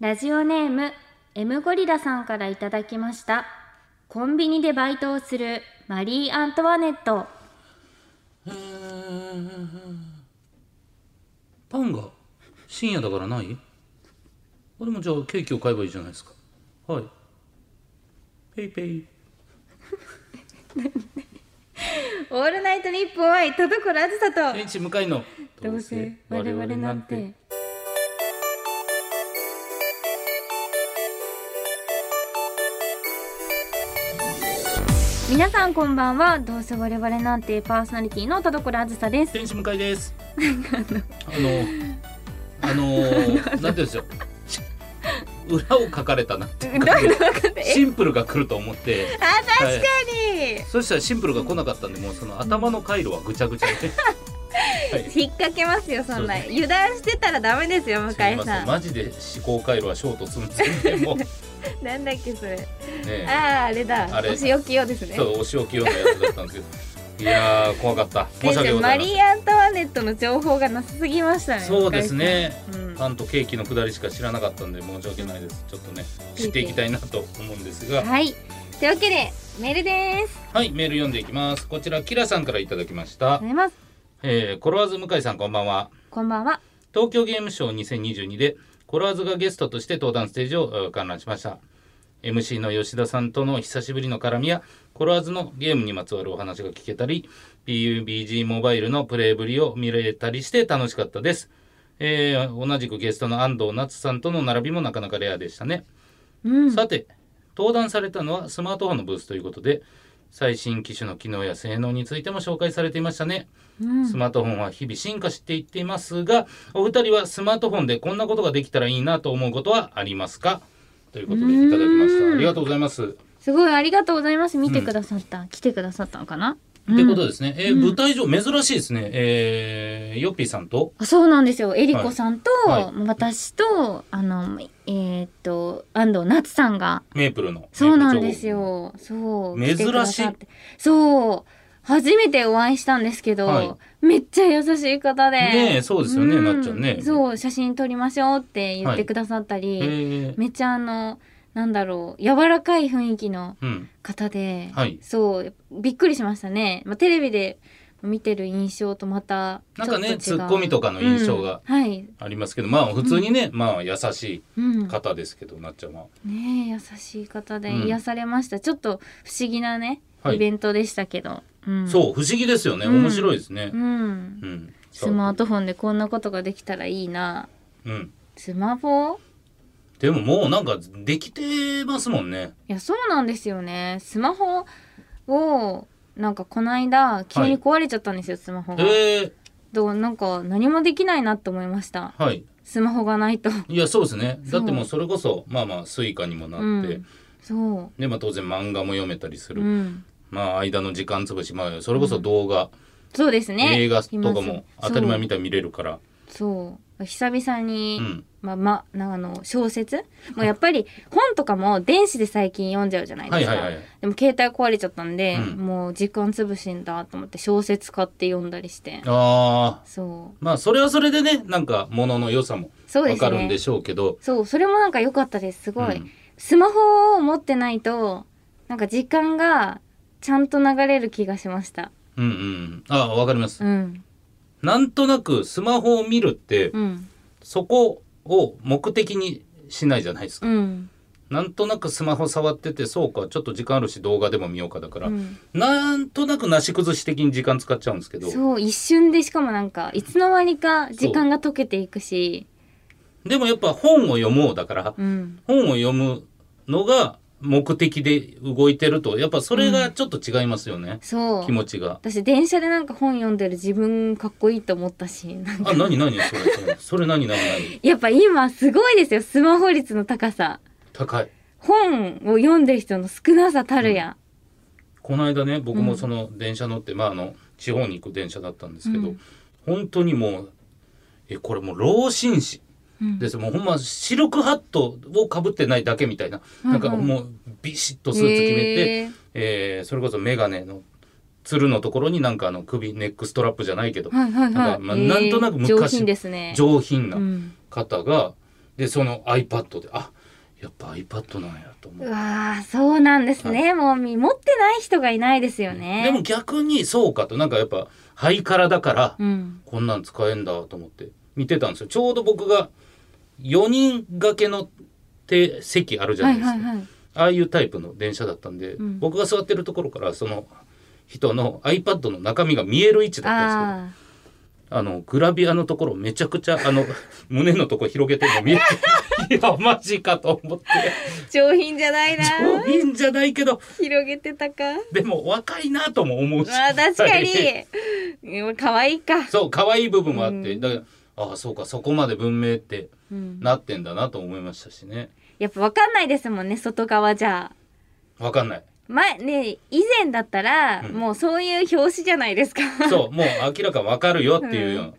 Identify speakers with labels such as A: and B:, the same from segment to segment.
A: ラジオネーム M ゴリラさんからいただきましたコンビニでバイトをするマリー・アントワネット
B: パンが深夜だからないあでもじゃあケーキを買えばいいじゃないですかはいペイペイ
A: オールナイトニッポン愛田所あずさと
B: 天地向かいの
A: どうせ我々なんて皆さんこんばんはどうせ我々なんてパーソナリティの田所あずさです
B: 天使向かいです。あの、あのー、なんていうんですよ。裏を書かれたなっていう感じでシンプルが来ると思って。
A: あ確
B: かに
A: に、
B: そしたらシンプルが来なかったんで、もうその頭の回路はぐちゃぐちゃで。 はい。す
A: 引っ掛けますよそんな
B: そうです
A: 油断してたらダメですよ向井
B: みませ
A: さ
B: ん
A: ん
B: マジで思考回路はショートするんですけど もうね
A: なんだっけそれあ
B: え
A: ああれだ
B: あれ
A: お仕置きようですね
B: そうお仕置き用のやつだったんですけどいやー怖か った申し訳ござ
A: マ
B: いませ
A: リ
B: ん
A: ー・アントワネットの情報がなさすぎましたね
B: そうですね
A: 向井さんうん
B: パンとケーキのくだりしか知らなかったんで申し訳ないですちょっとね知っていきたいなと思うんですが
A: はいというわけでメールです
B: はい、メール読んでいきます。こちら、キラさんからいただきまし
A: ありがと
B: た
A: うご。ざいます
B: えー、コロワーズ向井さん、こんばんは。
A: こんばんは
B: 東京ゲームショー2022で、コロワーズがゲストとして登壇ステージをえー観覧しました。MC の吉田さんとの久しぶりの絡みや、コロワーズのゲームにまつわるお話が聞けたり、PUBG モバイルのプレイぶりを見れたりして楽しかったです。えー、同じくゲストの安藤夏さんとの並びもなかなかレアでしたね。
A: うん
B: さて登壇されたのはスマートフォンのブースということで最新機種の機能や性能についても紹介されていましたね、
A: うん
B: スマートフォンは日々進化していっていますがお二人はスマートフォンでこんなことができたらいいなと思うことはありますかということでい
A: う
B: ただきまし
A: ーん
B: たありがとうございます
A: すごいありがとうございます見てくださった、来てくださったのかな
B: ってこと
A: うん
B: ですね、えー舞台上珍しいですねえー、ヨッピーさんと
A: あそうなんですよえりこさんと、
B: はいは
A: 私とあのえーっと安藤夏さんが
B: メープルの
A: そうなんですよ。そう。
B: 珍
A: 来
B: しい
A: てくださって。そう。初めてお会いしたんですけど、
B: はい
A: めっちゃ優しい方で。
B: ねえそうですよね
A: ん
B: なっちゃんね
A: そう、写真撮りましょうって言ってくださったり、
B: メープル情報えー
A: めっちゃあの、なんだろう、柔らかい雰囲気の
B: うん
A: 方で、
B: はい
A: そう、びっくりしましたね。まあ、テレビで見てる印象とまたちょ
B: な
A: っ
B: ん
A: と違
B: か
A: う、
B: ねツッコミとかの印象が
A: うんはい。
B: ありますけどまあ普通にね、まあ優しい
A: うん、
B: 方ですけど、なっちゃんは
A: ねえ優しい方で
B: うん
A: 癒されました、ちょっと不思議なね、
B: はい
A: イベントでしたけど、うん、
B: そう不思議ですよね、
A: うん
B: 面白いですね
A: う、ん
B: うん
A: スマートフォンでこんなことができたらいいな
B: うん
A: スマホ
B: でももうなんかできてますもんね
A: いやそうなんですよねスマホをなんかこの間急に壊れちゃったんですよ、スマホが、
B: えー、
A: どうなんか何もできないなと思いました
B: はい
A: スマホがないと
B: いやそうですね
A: そう
B: だってもうそれこそまあまあスイカにもなって、
A: うんそ
B: でまあ当然漫画も読めたりす
A: う、
B: る、
A: うん、
B: まあ間の時間潰しまあそれこそ動画、
A: そうですね
B: 映画とか
A: いま
B: も
A: す
B: 当たり前みたいに見れるから
A: そうそう久々に、
B: うん
A: まあ、ま、なんかあの小説もうやっぱり本とかも電子で最近読んじゃうじゃない
B: は
A: で
B: い
A: すか、
B: はいはい
A: でも携帯壊れちゃったんで、
B: うん
A: もう時間潰しんだと思って小説買って読んだりして
B: あー
A: そう
B: まあそれはそれでねなんかものの良さも
A: そうで
B: わ
A: す
B: かるんで
A: ね
B: しょうけど
A: そうそれもなんか良かったですすごい、
B: うん
A: スマホを持ってないとなんか時間がちゃんと流れる気がしました
B: うんうんあわかります、
A: うん
B: なんとなくスマホを見るって、
A: うん
B: そこを目的にしないじゃないですか、
A: うん
B: なんとなくスマホ触っててそうかちょっと時間あるし動画でも見ようかだから、
A: うん
B: なんとなくなし崩し的に時間使っちゃうんですけど
A: そう一瞬でしかもなんかいつの間にか時間が溶けていくし
B: でもやっぱ本を読もうだから、
A: うん
B: 本を読むのが目的で動いてるとやっぱそれがちょっと違いますよね、
A: そう
B: 気持ちが。
A: 私電車でなんか本読んでる自分かっこいいと思ったしなん
B: あ
A: か
B: 何何それそれそれ何何何
A: やっぱ今すごいですよスマホ率の高さ
B: 高い。
A: 本を読んでる人の少なさたるや、
B: この間ね僕
A: う
B: も
A: ん
B: その電車乗って、まああの地方に行く電車だったんですけど、
A: うん
B: 本当にもうえこれもう老紳士
A: うん
B: ですもうほんまシルクハットをかぶってないだけみたいな、
A: うん
B: なんかもうビシッとスーツ決めて、
A: へー
B: えーそれこそ眼鏡のつるのところになんかあの首ネックストラップじゃないけど、
A: はいはいはい
B: なんかまあなんとなく昔
A: 上品ですね
B: 上品な
A: うん
B: 方が、でその iPad であやっぱ iPad なんやと思
A: う
B: う。
A: わあそうなんですね、もうみ持ってない人がいないですよね
B: でも逆にそうかとなんかやっぱハイカラだから
A: うん
B: こんなん使えんだと思って見てたんですよちょうど僕が4人掛けのて席あるじゃ
A: は
B: な
A: い
B: いですか、
A: はいはい
B: ああいうタイプの電車だったんで、
A: うん
B: 僕が座ってるところからその人の iPad の中身が見える位置だったんです
A: あ
B: けど
A: あ
B: あの、グラビアのところめちゃくちゃ、あの、 胸のとこ広げてるの見え て、いや、マジかと思って、
A: 上品じゃないな
B: 上品じゃないけど、
A: 広げてたか
B: でも若いなとも思うし。
A: まあ確かに
B: はい
A: うん可愛いか、
B: そう、可愛い部分もあって、
A: うん
B: だから、ああ、そうか、そこまで文明って
A: うん
B: なってんだなと思いましたしね。
A: やっぱ分かんないですもんね外側じゃ
B: わかんない。
A: 前ね以前だったら、
B: うん
A: もうそういう表紙じゃないですか
B: そう、もう明らかわかるよっていうような。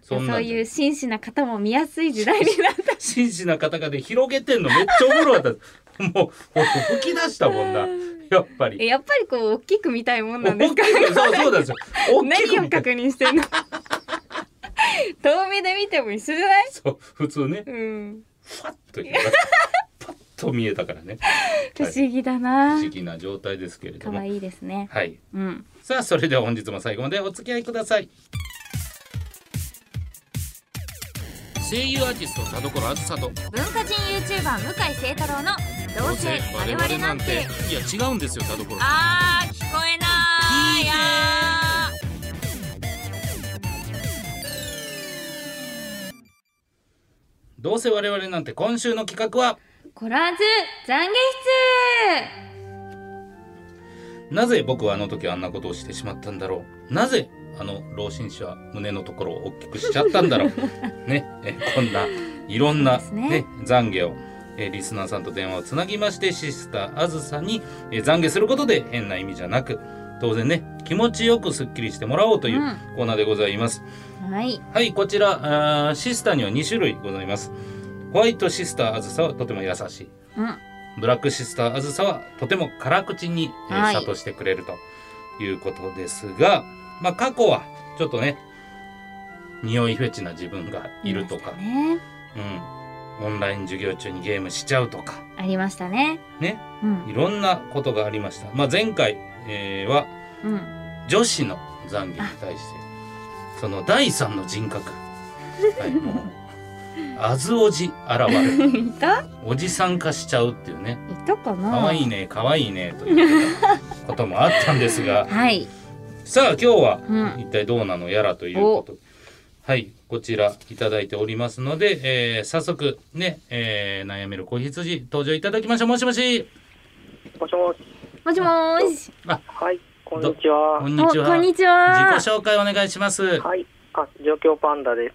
B: そん
A: そ
B: な
A: うん
B: じゃ
A: いう真摯な方も見やすい時代になった
B: 真摯な方がで広げてんのめっちゃおもろかった。もう、俺吹き出したもんな。やっぱり
A: え。やっぱりこう大きく見たいもんなんで
B: 大
A: す
B: き
A: か
B: くそうそうなんですよ。大き
A: 何
B: く
A: を
B: 見て
A: 確認してんの 遠目で見ても一緒じゃない
B: そう普通ね
A: うん
B: ファッと言うパッと見えたからね
A: 不思議だ
B: 不
A: な
B: 思議な状態ですけれど
A: 可
B: も
A: 愛いですね
B: はい
A: うん
B: さあそれでは本日も最後までお付き合いください声優アーティスト田所あずさと
A: 文化人 YouTuber 向井聖太郎のど
B: いや違うんですよ田所
A: あー聞こえないや
B: どうせ我々なんて今週の企画は
A: コラーズ懺悔
B: なぜ僕はあの時あんなことをしてしまったんだろうなぜあの老心者胸のところを大きくしちゃったん だろうねえこんないろんな、
A: そうですね
B: ね懺悔をえリスナーさんと電話をつなぎましてシスターあずさにえ懺悔することで変な意味じゃなく当然ね気持ちよくすっきりしてもらおうという
A: うん
B: コーナーでございます、
A: 室はい
B: はいこちらあーシスターには2種類ございますホワイトシスターあずさはとても優しい
A: うん
B: ブラックシスターあずさはとても辛口に、え
A: は
B: ー、
A: い
B: 諭してくれるということですが、まあ過去はちょっとね匂いフェチな自分がいるとか、
A: ありましたね
B: うん、オンライン授業中にゲームしちゃうとか
A: ありましたね
B: ね
A: うん
B: いろんなことがありました、まあ、前回、えーは
A: うん
B: 女子の懺悔に対してその第三の 人格はいもうあずおじ現れる
A: いたい
B: おじさん化しちゃうっていうね
A: たかな
B: 可愛いね可愛いねということもあったんです が
A: はい
B: さあ今日
A: う
B: は
A: ん
B: 一体どうなのやらということ、はいこちらいただいておりますので、えー早速ね、えー悩める子羊登場いただきましょうもしもし
C: もしもし。
A: もしもーし
C: はい、こんにちは。
B: こ
C: は
B: んに
A: お
B: ちは
A: こんにちは
B: 自己紹介お願いします
C: い、あ、状況パンダです。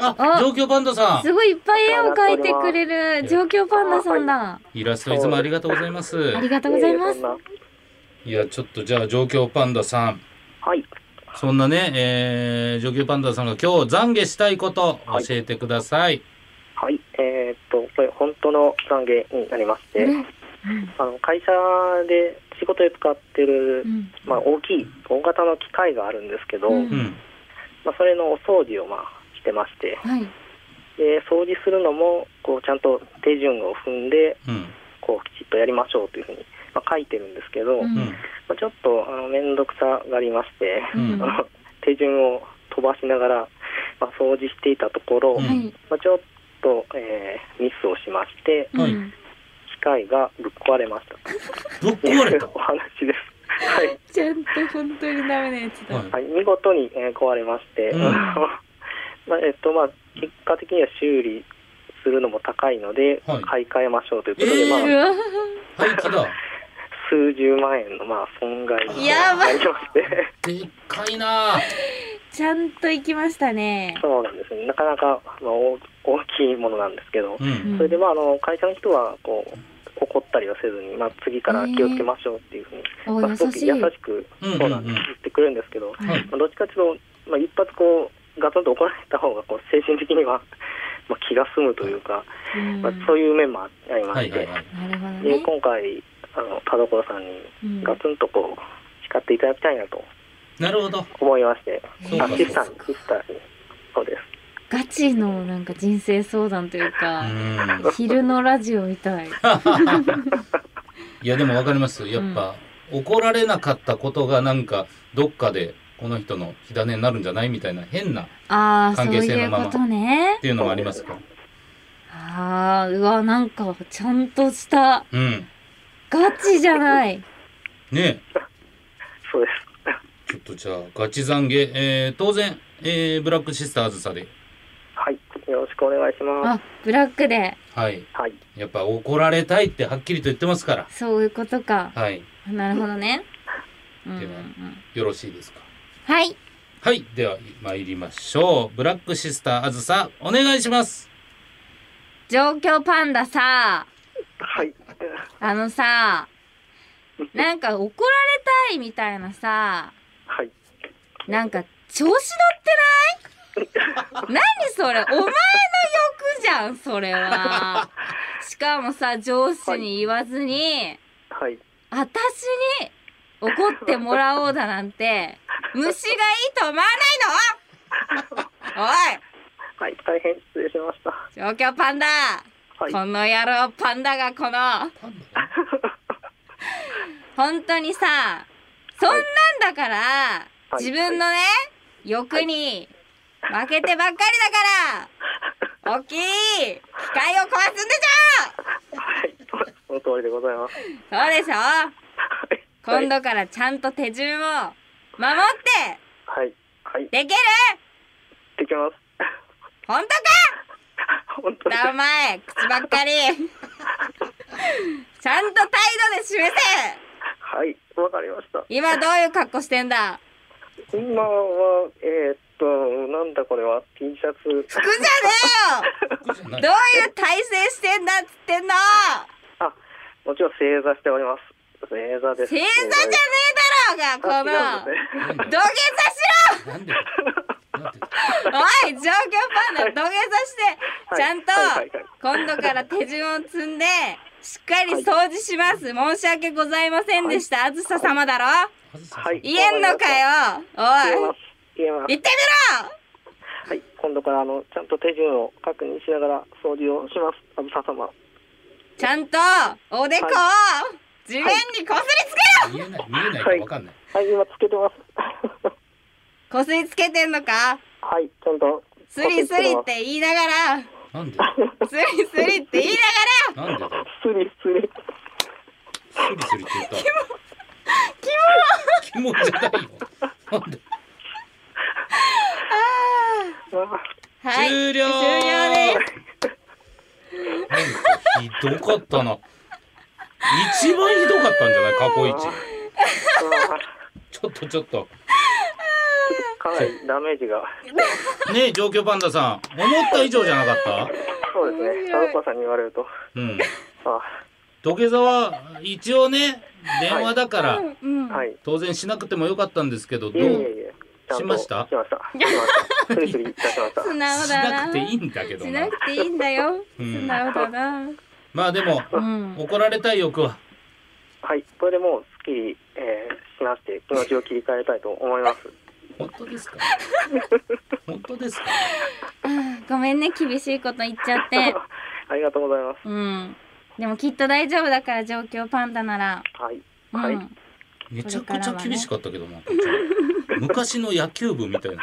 B: あ
A: お
B: 状況バンドさ
A: すごいいっぱい絵を描いてくれる状況パンダさんだ
B: んイラストいつもありがとうございます
A: ありがとうございます
C: えーそんない
B: やちょっとじゃあ状況パンダさん
C: はい、
B: そんなね、えー、上級パンダさんが今日懺悔したいこと
C: はい
B: 教えてください。
C: はい、えーっと、これ本当の懺悔になりまして、
A: うん
C: あの会社で仕事で使ってる
A: う、ん
C: まあ大きい大型の機械があるんですけど、
A: うん
B: うん、
C: まあそれのお掃除をまあしてまして、
A: はい
C: で掃除するのもこうちゃんと手順を踏んで、
B: うん、
C: こうきちっとやりましょうというふうに。まあ書いてるんですけど、
A: うん
B: う
C: ま
B: ん。
C: あちょっとあの面倒くさがありまして、
A: うん
C: あ
A: は
C: の手順を飛ばしながら、まあ、掃除していたところ、
B: うん
A: い
C: まあ、ちょっと、えーミスをしまして
A: う
B: はい
A: ん
C: 機械がぶっ壊れました
B: ぶっ
C: とい
B: 壊れ
C: う
B: た。
C: お話です、はい
A: ちゃんと本当にダメなやつだ
B: はい
C: はい、見事に、えー壊れまして、
B: うん
C: まあえっとまあ、結果的には修理するのも高いので、
B: は
C: 買い替えましょうということで、
B: えー
A: う
C: まあ、
A: わ
B: 廃棄だ。
C: 数十万円の、まあ、損害があり
A: やばい
C: まして
B: でっかいなあ。
A: ちゃんと行きましたね
C: そうなんですねなかなか、まあ、大大きいものなんですけど、
B: うん。
C: それでまああの会社の人はこう怒ったりはせずに、まあ、次から気をつけましょうっていうふうに、
A: お
C: まあ、
A: 優
C: すごく
A: しい
C: 優しく
B: うんうんうん
C: そうなんです、言ってくれるんですけど、ま
B: はい。
C: あ、どっちかというと、まあ、一発こうガツンと怒られた方がこう精神的には、 まあ、気が済むというか、
A: うん
C: ま
A: な
C: あ
A: る、
C: そういう面もありま
B: は
C: し
B: い
C: て、
B: はいはい。
A: ほど
C: で
A: ね
C: 今回あの田所さんに
A: うん
C: ガツンとこう叱っていただきたいなと
B: なるほど。
C: 思いまして、
B: そう
C: あ
B: か
C: シスターにシスターにそうです
A: ガチのなんか人生相談というか、
B: うん
A: 昼のラジオみたい。
B: いやでも分かりますやっぱ、怒られなかったことがなんかどっかでこの人の火種になるんじゃないみたいな変なっ
A: ああ、そう
B: 関係
A: い
B: 性
A: う
B: のま
A: こ
B: ま
A: とね。
B: ていうのもありますか
A: ああ、うわ、なんかちゃんとした
B: うん
A: ガチじゃない。
B: ねえ
C: そうです。
B: ちょっとじゃあガチ懺悔、えー当然、えーブラックシスターズさで
C: はい、よろしくお願いしま
A: あ、ブラックで
B: はい
C: す。はい、
B: やっぱ怒られたいってはっきりと言ってますから
A: そういうことか。
B: はい
A: なるほどね。うんうんう
B: では
A: ん、
B: よろしいですか
A: はい。
B: はいでは参りましょうブラックシスターあずさお願いします
A: 状況パンダさ、
C: はい、
A: あのさ、なんか怒られたいみたいなさ、
C: はい。
A: なんか調子乗ってない 何それお前の欲じゃんそれは。しかもさ上司に言わずに、
C: はい、
A: 私に怒ってもらおうだなんて虫がいいと思わ ない
C: はい、大変失礼しました。
A: のおい状況パンダ、
C: はい、
A: この野郎パンダがこの
B: パン
A: 本当にさそんなんだから、
C: はい
A: 自分のね欲に負けてばっかりだ から、大きい機械を壊すんで
C: はい、 その通りでございます。
A: しょそうでしょ
C: はい、
A: 今度からちゃんと手順を守って
C: はい、はい、
A: できる
C: できます。
A: 本当か
C: 本当に。
A: だお前口ばっかり ちゃんと態度で示せ
C: はい、わかりました。
A: 今どういう格好してんだ
C: 今は、えーっと、なんだこれは、T シャツ。
A: 服じゃね
B: ダじゃな
A: えよ
B: い
A: どういう体勢してんだっつってんの
C: あ、もちろん正座しております。正座です。
A: 正座じゃねえだろうがこ
C: あ違
A: の
C: うんですね
A: 土下座し
B: なんで
A: ろ
B: なんで
A: おい状況パンダ土下座して
C: はい
A: ちゃんと
C: はいはい
A: 今度から手順を積んでしっかり掃除します申し訳ございませんでしたあずさ様だろ
B: あずさ
C: はい。
A: 言えんのかよお
C: 言えま
A: い
C: す。言えます。
A: 言ってみろ
C: はい、今度からあのちゃんと手順を確認しながら掃除をします、あずさ様。
A: ちゃんとおでこを地面にこすりつけろ
B: 見えない見えないからわかんない、
C: はい、今つけてます。
A: こすりつけてんのか
C: はい、ちゃんと。
A: スリスリっ。て言いながら
B: なんで
A: スリスリって言いなが
B: なんでだよ
C: スリスリ。
B: スリスリって言ったキモキモじゃないよなんで
C: あ
A: らはい
B: 終了
A: です
B: ひどかったな。一番ひどかったんじゃない過去一。
C: あ
B: ちょっとちょっと。
C: かなりダメージが。
B: ねえ、状況パンダさん。思った以上じゃなかった
C: そうですね。
A: 面白い
C: サウパさんに言われると。
B: うん。
C: あ
B: 土下座は、一応ね、電話だから、
A: うん
C: はい。い
B: 当然しなくてもよかったんですけど、ど
C: えいえ
B: う
C: いえ。ちゃん
B: し
C: と
B: ました
C: しました。しました。スリスリいたしま した。
A: 素直
B: し
A: だな
B: なくていいんだけど
A: し
B: な
A: な。くていいんだよ
B: う
A: 素
B: ん
A: 直だな
B: まあでも、
A: うん
B: 怒られたい欲は、
C: はい、これでもうすっきり、えー、しまして気持ちを切り替えたいと思います。
B: 本当ですか本当ですか
A: ごめんね厳しいこと言っちゃって
C: ありがとうございます。
A: うんでもきっと大丈夫だから状況パンダなら
C: はい。
A: うん、
C: はい
B: めちゃくちゃ厳しかったけどな、こっちは昔の野球部みたいな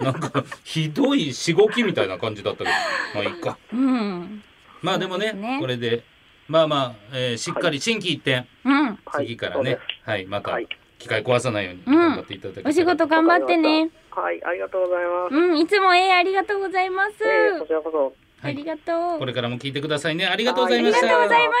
B: なんかひどいしごきみたいな感じだったけどまあいいか
A: うん
B: まあでもね
A: そうですね
B: これでまあまあ、えーしっかり心機一転、
A: うん
C: はい、
B: 次からね
C: そうで
B: はい、また
C: はい
B: 機械壊さないように
A: うん
B: 頑張っていただきたい、
A: お仕事頑張ってね
C: す。はい、ありがとうございます。
A: うんいつもええありがとうございます、
C: えー、こちらこそ
B: は
A: あり
B: い、
A: が とう
B: これからも聞いてくださいねありがとうございま
A: あ
B: し
A: り
B: た
A: がとうござい
B: は
A: まし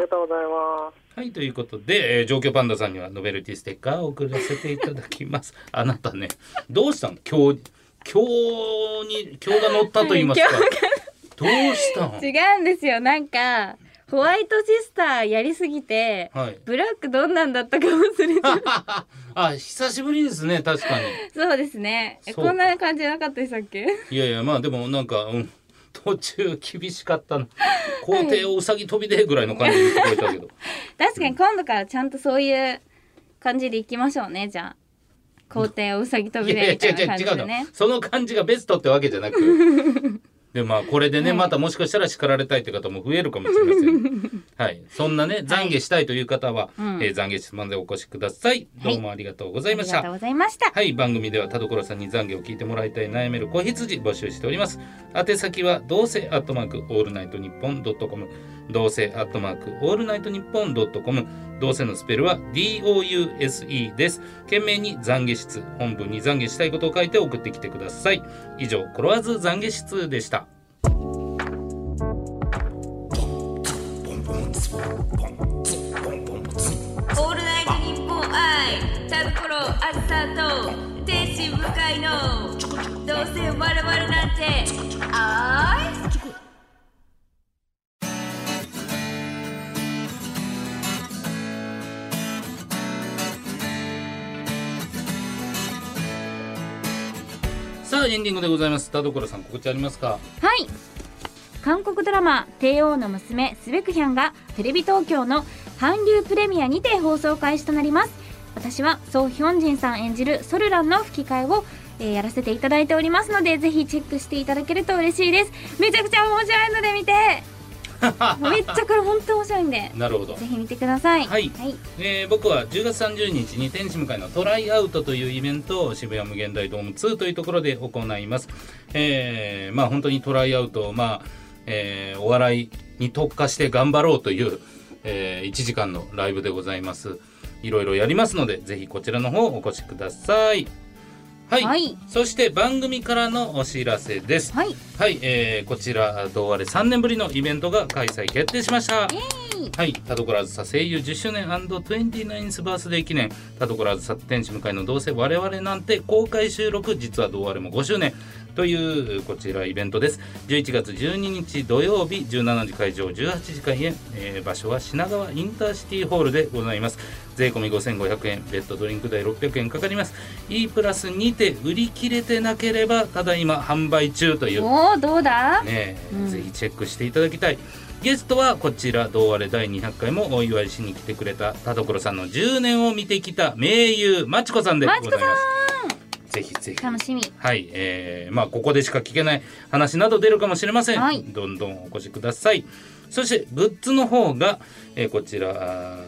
A: た
C: りがとうございます。
B: いということで、えー、上京パンダさんにはノベルティステッカーを送らせていただきます あなたねどうしたの今日今日に今日が乗ったと言い ますか、
A: 今
B: どうしたの
A: 違うんですよなんかホワイトシスターやりすぎて
B: はい。
A: ブラックどんなんだったか忘れて
B: あ、久しぶりですね、確かに。
A: そうですねえ
B: そうか
A: こんな感じじゃなかったでしたっけ
B: いやいや、まあでもなんか、うん、途中厳しかったな。校庭をうさぎ飛びでぐらいの感じに聞こえたけど。
A: 確かに今度からちゃんとそういう感じでいきましょうねじゃあ皇帝をうさぎ飛
B: い
A: びで
B: やい
A: み
B: や
A: たい
B: 違
A: うな感
B: 違う
A: じ
B: 違う
A: で
B: の
A: ね。
B: その感じがベストってわけじゃなく でまあこれでね、
A: はい
B: またもしかしたら叱られたいという方も増えるかもしれませんはいそんなね懺悔したいという方は、
A: うん
B: えー懺悔質問でお越しくださいどうもありがとうございまし
A: あ
B: た
A: りがとうございました。
B: はい、番組では田所さんに懺悔を聞いてもらいたい悩める子羊募集しております。宛先はどうせアットマークオールナイトニッポンドットコム、どうせアットマークオールナイトニッポンドットコム、どうせのスペルは DOUSE です。懸命に懺悔室、本文に懺悔したいことを書いて送ってきてください。以上、コロワーズ懺悔室でした。
D: オールナイトニッポン愛タルコロアスターと天使向かいのどうせ我々なんてあい
B: さあ、エンディングでございます。田所さん、告知ありますか
A: はい韓国ドラマ「帝王の娘スベクヒャン」がテレビ東京の韓流プレミアにて放送開始となります私はソ・ヒョンジンさん演じるソルランの吹き替えを、えーやらせていただいておりますのでぜひチェックしていただけると嬉しいですめちゃくちゃ面白いので見 てめっちゃこれ本当面白いんで
B: なるほど
A: ぜ。ひ見てください
B: はい
A: はい、
B: えー僕は10月30日に天使向かいのトライアウトというイベントを渋谷無限大ドーム2というところで行います。えーまあ本当にトライアウト、まあえーお笑いに特化して頑張ろうという、え1時間のライブでございます。いろいろやりますので、ぜひこちらの方お越しください。はい。
A: はい
B: そして番組からのお知らせです。
A: はい、イ
B: はい、えーこちら、どうあれ3年ぶりのイベントが開催決定しました。
A: エーイ
B: はい、田所あずさ声優10周年 &29th バースデー記念田所あずさ天使向かいのどうせ我々なんて公開収録実はどうあれも5周年というこちらイベントです11月12日土曜日17時会場18時開演、えー場所は品川インターシティホールでございます税込み5500円ベッドドリンク代600円かかります E プラスにて売り切れてなければただいま販売中という
A: おーどうだ
B: ねえ
A: うん
B: ぜひチェックしていただきたいゲストはこちら「どうあれ第200回」もお祝いしに来てくれた田所さんの10年を見てきた名優まちこさんでございます
A: まちこ
B: ぜひぜひ
A: 楽しみ
B: はい、えー、まあここでしか聞けない話など出るかもしれません、
A: はい
B: どんどんお越しくださいそしてグッズの方が、えーこちらあー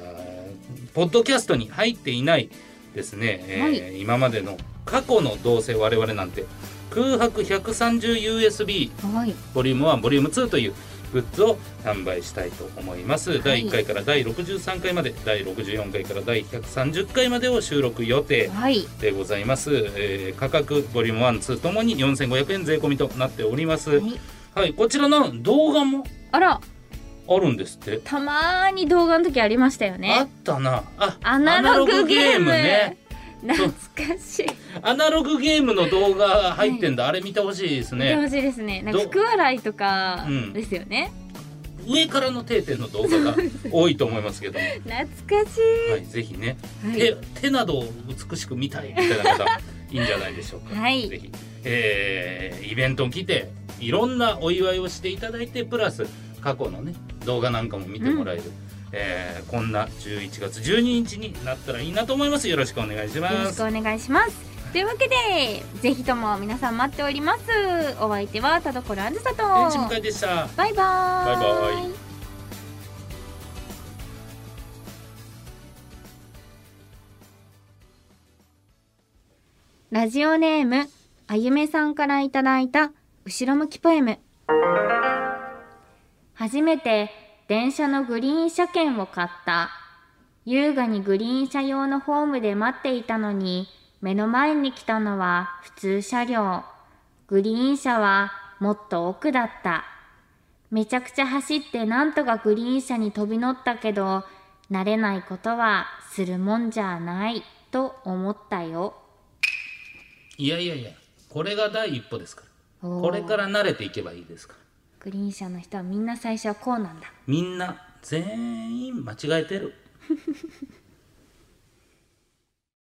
B: ポッドキャストに入っていないですね、えー
A: はい
B: 今までの過去の「どうせ我々なんて」空白 130USB
A: はい
B: ボリューム1ボリューム2というグッズを販売したいと思います、第1回から第63回まで第64回から第130回までを収録予定
A: はい
B: でございます、えー価格ボリューム12ともに4500円税込みとなっております
A: は
B: はい、
A: い
B: こちらの動画も
A: あら
B: あるんですって、
A: たまーに動画の時ありましたよ
B: あっ
A: ね
B: たなあ
A: アナログゲーム
B: ね
A: 懐かしい
B: アナログゲームの動画入ってんだ、あれ見てほしいです
A: 見てほ
B: ね
A: しいですねなんか
B: ど
A: 福笑いとか
B: うん
A: ですよね、
B: 上からの定点の動画が多いと思いま すけども、
A: 懐かし
B: はい、ぜひね
A: い、はい
B: 手手などを美しく見 たいみたいな方いいんじゃないでしょうか。
A: はい
B: ぜひ、えーイベントに来ていろんなお祝いをしていただいてプラス過去のね動画なんかも見てもらえる、えーこんな11月12日になったらいいなと思います。よろしくお願いし
A: よ
B: ま
A: ろし
B: す。
A: くお願いしますというわけでぜひとも皆さん待っておりますお相手は田所あずさと
B: 天使向かいでした。
A: バイバー
B: バイバイ
A: ラジオネームあゆめさんからいただいた後ろ向きポエム初めて電車のグリーン車券を買った優雅にグリーン車用のホームで待っていたのに目の前に来たのは普通車両グリーン車はもっと奥だっためちゃくちゃ走ってなんとかグリーン車に飛び乗ったけど慣れないことはするもんじゃないと思ったよ
B: いやいやいやこれが第一歩ですから。
A: おー
B: これから慣れていけばいいですから。
A: グリーン車の人はみんな最初はこうなんだ
B: みんな全員間違えてる。